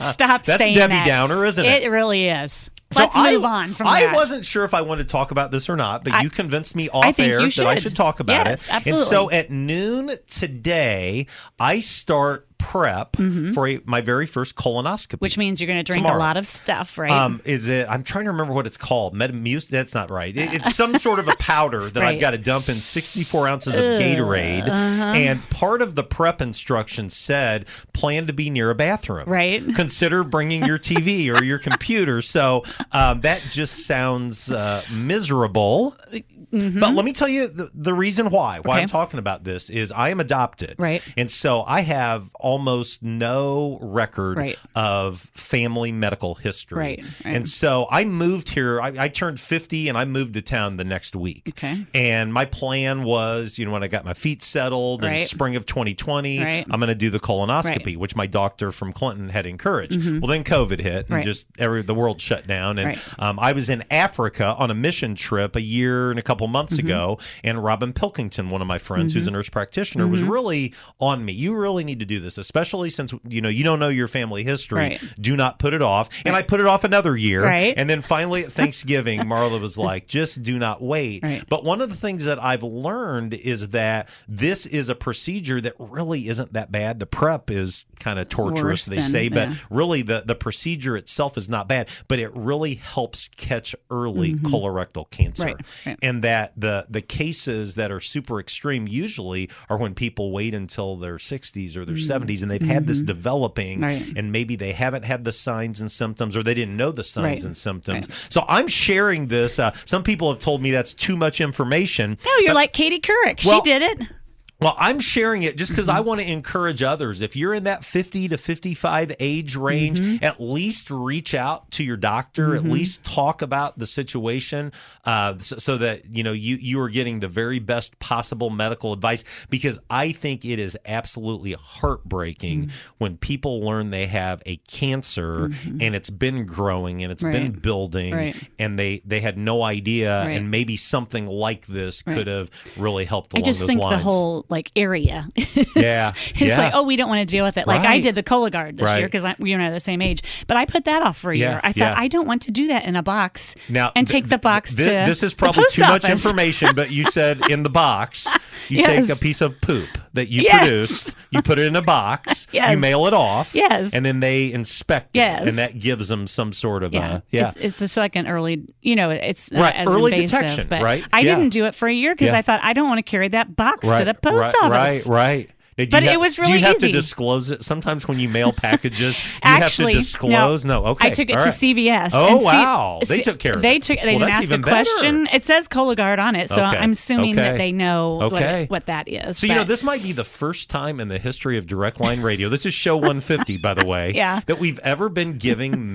Stop That's saying Debbie that. Downer, isn't it? It really is. Let's move on from I that. wasn't sure if I wanted to talk about this or not, but I- you convinced me off think air you that I should. should talk about Yes, it. absolutely. And so at noon today, I start prep for a, my very first colonoscopy. Mm-hmm. Which means you're going to drink a Tomorrow. lot of stuff, right? Um, is it? I'm trying to remember what it's called. Metamucil? That's not right. It- it's some sort of a powder that I've Right. uh-huh. got to dump in 64 ounces of Gatorade. And part of the prep instructions said plan to be near a bathroom. Right. Consider bringing your TV or your computer. So um, that just sounds uh, miserable. Mm-hmm. But let me tell you the, the reason why. Why I'm Okay. talking about this is I am adopted. Right. And so I have almost no record Right. of family medical history. Right, right. And so I moved here. I, I turned 50 and I moved to town the next week. Okay. And my plan was, you know, when I got my feet settled in Right. spring of 2020, Right. I'm going to do the colonoscopy, Right. Mm-hmm. which my doctor from Clinton had encouraged. Well, then COVID hit and Right. just every the world shut down. And Right. um, I was in Africa on a mission trip a year and a couple months Mm-hmm. ago, and Robin Pilkington, one of my friends who's a nurse practitioner, Mm-hmm. was really on me. You really need to do this, especially since you know you don't know your family history. Right. Do not put it off. And I put it off another year. Right. And then finally at Thanksgiving, Marla was like, "Just do not wait." Right. But one of the things that I've learned is that this is a procedure that really isn't that bad. The prep is kind of torturous, Worse they than- say, but yeah. really the, the procedure itself is not bad, but it really helps catch early colorectal cancer. Mm-hmm. Right, right. And that the the cases that are super extreme usually are when people wait until their 60s or their 70s and they've had this developing Mm-hmm. Right. and maybe they haven't had the signs and symptoms or they didn't know the signs Right, and symptoms. So I'm sharing this. Uh, some people have told me that's too much information. No, you're but- like Katie Couric. Well- she did it. Mm-hmm. well, I'm sharing it just because I want to encourage others. If you're in that 50 to 55 age range, Mm-hmm. at least reach out to your doctor. At least talk about the situation, uh, so, so that you know you you are getting the very best possible medical advice. Because I think it is absolutely heartbreaking Mm-hmm. when people learn they have a cancer and it's been growing and it's been Mm-hmm. Right. building, Right. and they they had no idea, Right. and maybe something like this Right. could have really helped I along just those think lines. the whole like area. is- Yeah, It's yeah. like, oh, we don't want to deal with it. Like I Right. did the Cologuard this year Right. because you and I are the same age, but I put that off for a Yeah, year. I thought yeah. I don't want to do that in a box now and th- take the box th- to this is the probably post too much office. information but you said in the box you Yes. take a piece of poop that you Yes. produced you put it in a box Yes. you mail it off Yes. and then they inspect Yes. it and that gives them some sort of Yeah, a yeah It's, it's just like an early, you know, it's not Right, as early invasive, detection, But right? I Yeah. didn't do it for a year because Yeah. I thought I don't want to carry that box to the post right, office. Right, right. Now, do But you it have- was Do really you have easy. to disclose it? Sometimes when you mail packages, you Actually, have to disclose. No, okay. I took it all to right. CVS. Oh, and C- wow. They C- took care of They it. took. They Well, didn't that's ask even a question. It says Cologuard on it, so Okay, I'm assuming that okay, they know what, okay. it- what that is. So you know but- this might be the first time in the history of Direct Line Radio. This is show 150, by the way. Yeah. That we've ever been giving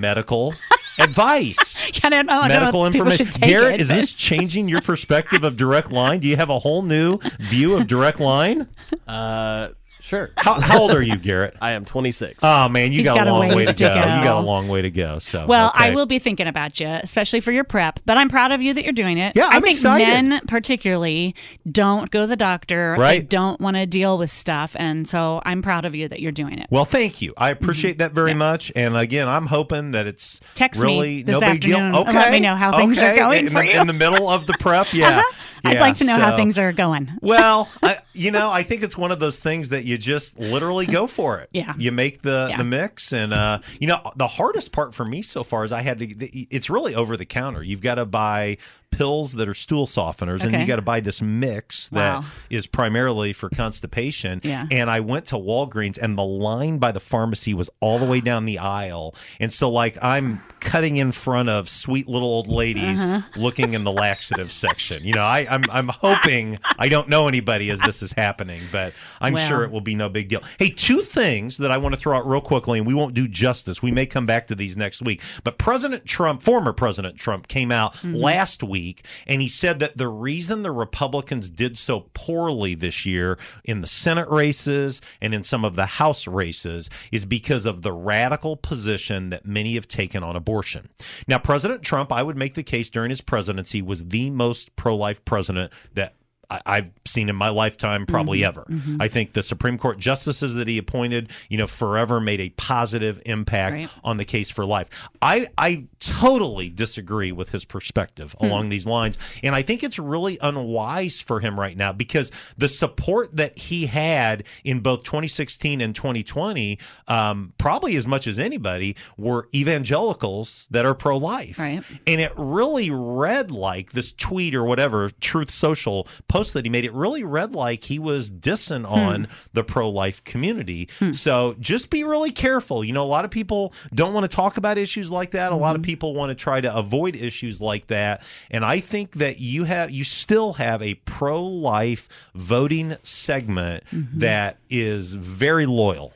medical advice. I don't know. I don't know medical if people information. should take Garrett, it, is but- this changing your perspective of Direct Line? Do you have a whole new view of Direct Line? Uh, sure. How, how old are you, Garrett? I am 26. Oh man, you He's got, got a a long way ways to to go. You got go. a long way to go. So Well, I Oh, okay. will be thinking about you, especially for your prep. But I'm proud of you that you're doing it. Yeah, I I'm think excited. men particularly don't go to the doctor. They Right. don't want to deal with stuff, and so I'm proud of you that you're doing it. Mm-hmm. Well, thank you. I appreciate that very much. And again, I'm hoping that it's Text me really this no big deal. afternoon Okay, and let me know how things are okay. going in for the, you. in the middle of the prep. Yeah, Uh-huh. I'd Yeah, like to know how so- things are going. well, I, you know, I think it's one of those things that you just literally go for it. Yeah. You make the, Yeah. the mix. And, uh, you know, the hardest part for me so far is I had to, it's really over the counter. You've got to buy pills that are stool softeners and Okay. you got to buy this mix that is Wow. primarily for constipation. Yeah. And I went to Walgreens and the line by the pharmacy was all the way down the aisle. And so, like, I'm cutting in front of sweet little old ladies Uh-huh. looking in the laxative section. You know, I, I'm, I'm hoping I don't know anybody as this is happening, but I'm Well. sure it will be no big deal. Hey, two things that I want to throw out real quickly, and we won't do justice. We may come back to these next week. But President Trump, former President Trump, came out last week and he said that the reason the Republicans did so poorly this year in the Senate races and in some of the House races is because of the radical position that many have taken on abortion. Now, President Trump, I would make the case during his presidency, was the most pro life president that I- I've seen in my lifetime, probably ever. I think the Supreme Court justices that he appointed, you know, forever made a positive impact Right. on the case for life. I, I totally disagree with his perspective Hmm. along these lines. And I think it's really unwise for him right now because the support that he had in both 2016 and 2020, um, probably as much as anybody, were evangelicals that are pro life Right. and it really read like this tweet or whatever truth social post that he made it really read like he was dissing on the pro-life community so just be really careful you know a lot of people don't want to talk about issues like that a lot of people want to try to avoid issues like that and i think that you have you still have a Mm-hmm. pro-life voting segment that is very loyal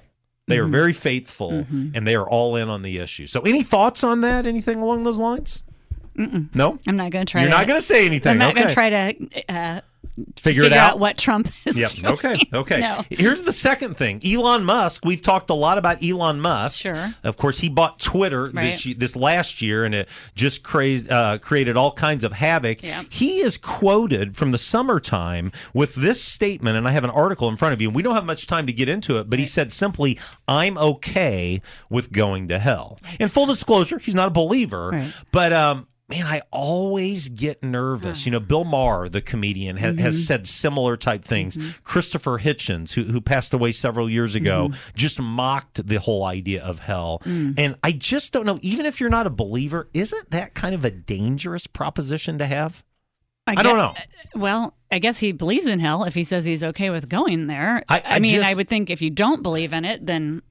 They are Mhm. very faithful and they are all in on the issue. So, any thoughts on that? Anything along those lines? Mm-mm. No? I'm not going to try. You're to, not gonna say anything. I'm not going Okay. to try to uh, Figure it out. what Trump is. Yeah. doing. Okay. Okay. No. Here's the second thing. Elon Musk. We've talked a lot about Elon Musk. Sure. Of course, he bought Twitter Right. this ye- this last year, and it just crazed, uh, created all kinds of havoc. Yeah. He is quoted from the summertime with this statement, and I have an article in front of you. And we don't have much time to get into it, but he said simply, "I'm okay with going to hell." And full disclosure, he's not a believer, Right. but um, man, I always get nervous. You know, Bill Maher, the comedian, has, Mm-hmm. Mhm. has said similar type things. Christopher Hitchens, who, who passed away several years ago, Mm-hmm. Mhm. just mocked the whole idea of hell. Mm. And I just don't know, even if you're not a believer, isn't that kind of a dangerous proposition to have? I don't know. uh, Well, I guess he believes in hell if he says he's okay with going there. I- I mean, I just- would think if you don't believe in it, then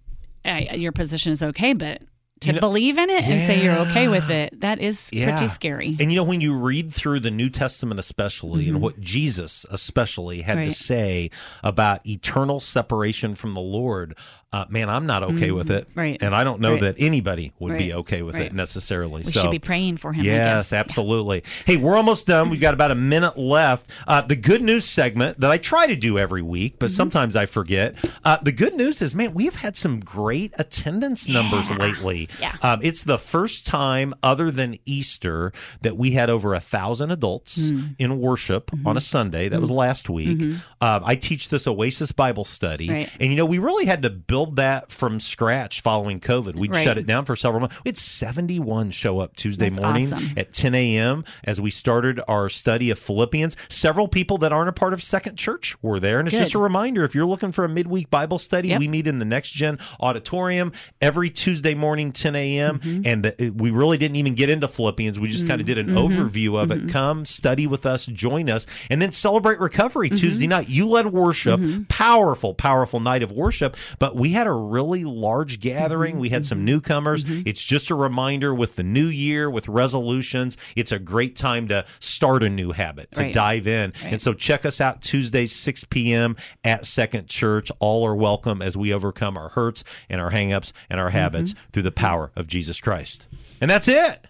I, your position is okay. But to You know- believe in it and say you're okay with Yeah. it, that is pretty scary. And you know, when you read through the New Testament, especially, Mhm. and what Jesus especially had to Right. say about eternal separation from the Lord, uh, man, I'm not okay with Mhm. it. Right. And I don't know Right. that anybody would be Right. okay with Right. it necessarily. We so. should be praying for him. I Yes, guess. absolutely. Hey, we're almost done. We've got about a minute left. Uh, the good news segment that I try to do every week, Mm-hmm. but sometimes I forget. Uh, the good news is, man, we've had some great attendance numbers lately. Yeah. Um, it's the first time, other than Easter, that we had over a thousand adults Mm. in worship on a Sunday. That was Mm. last week. Mhm. Um, I teach this Oasis Bible study, Right. and you know, we really had to build that from scratch following COVID. We Right. shut it down for several months. We had 71 show up Tuesday That's morning awesome. at 10 a.m. as we started our study of Philippians. Several people that aren't a part of Second Church were there. And it's Good. just a reminder if you're looking for a midweek Bible study, Yep. we meet in the Next Gen Auditorium every Tuesday morning, 10 a.m. Mm-hmm. And the, we really didn't even get into Philippians. We just kind of did an Mhm. overview of it. Come study with us, join us, and then celebrate Mm-hmm. recovery Tuesday night. You led worship, powerful, powerful night of worship. But we had a really Mm-hmm. large gathering. We had some newcomers. It's just a reminder with the new year, with resolutions, it's a great time to start a new habit, to Right. dive in. Right. And so check us out Tuesdays, 6 p.m. at Second Church. All are welcome as we overcome our hurts and our hangups and our habits Mm-hmm. through the power of Jesus Christ. And that's it.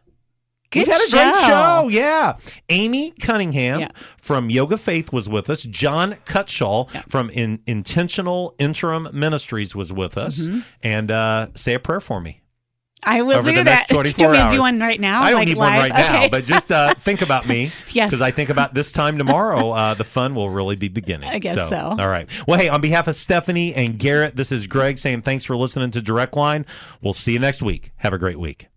Good We've had a great show. show. Oh, Yeah. Amy Cunningham from Yoga Faith was with us. John Cutshaw from In- Intentional Interim Ministries was with us. Mhm. And uh, say a prayer for me. I will Over do the that. next 24 do we hours. do one right now? I don't like need live? one right okay. now, but just uh, think about me. Yes. Because I think about this time tomorrow, uh, the fun will really be beginning. I guess so. All right. Well, hey, on behalf of Stephanie and Garrett, this is Greg saying thanks for listening to Direct Line. We'll see you next week. Have a great week.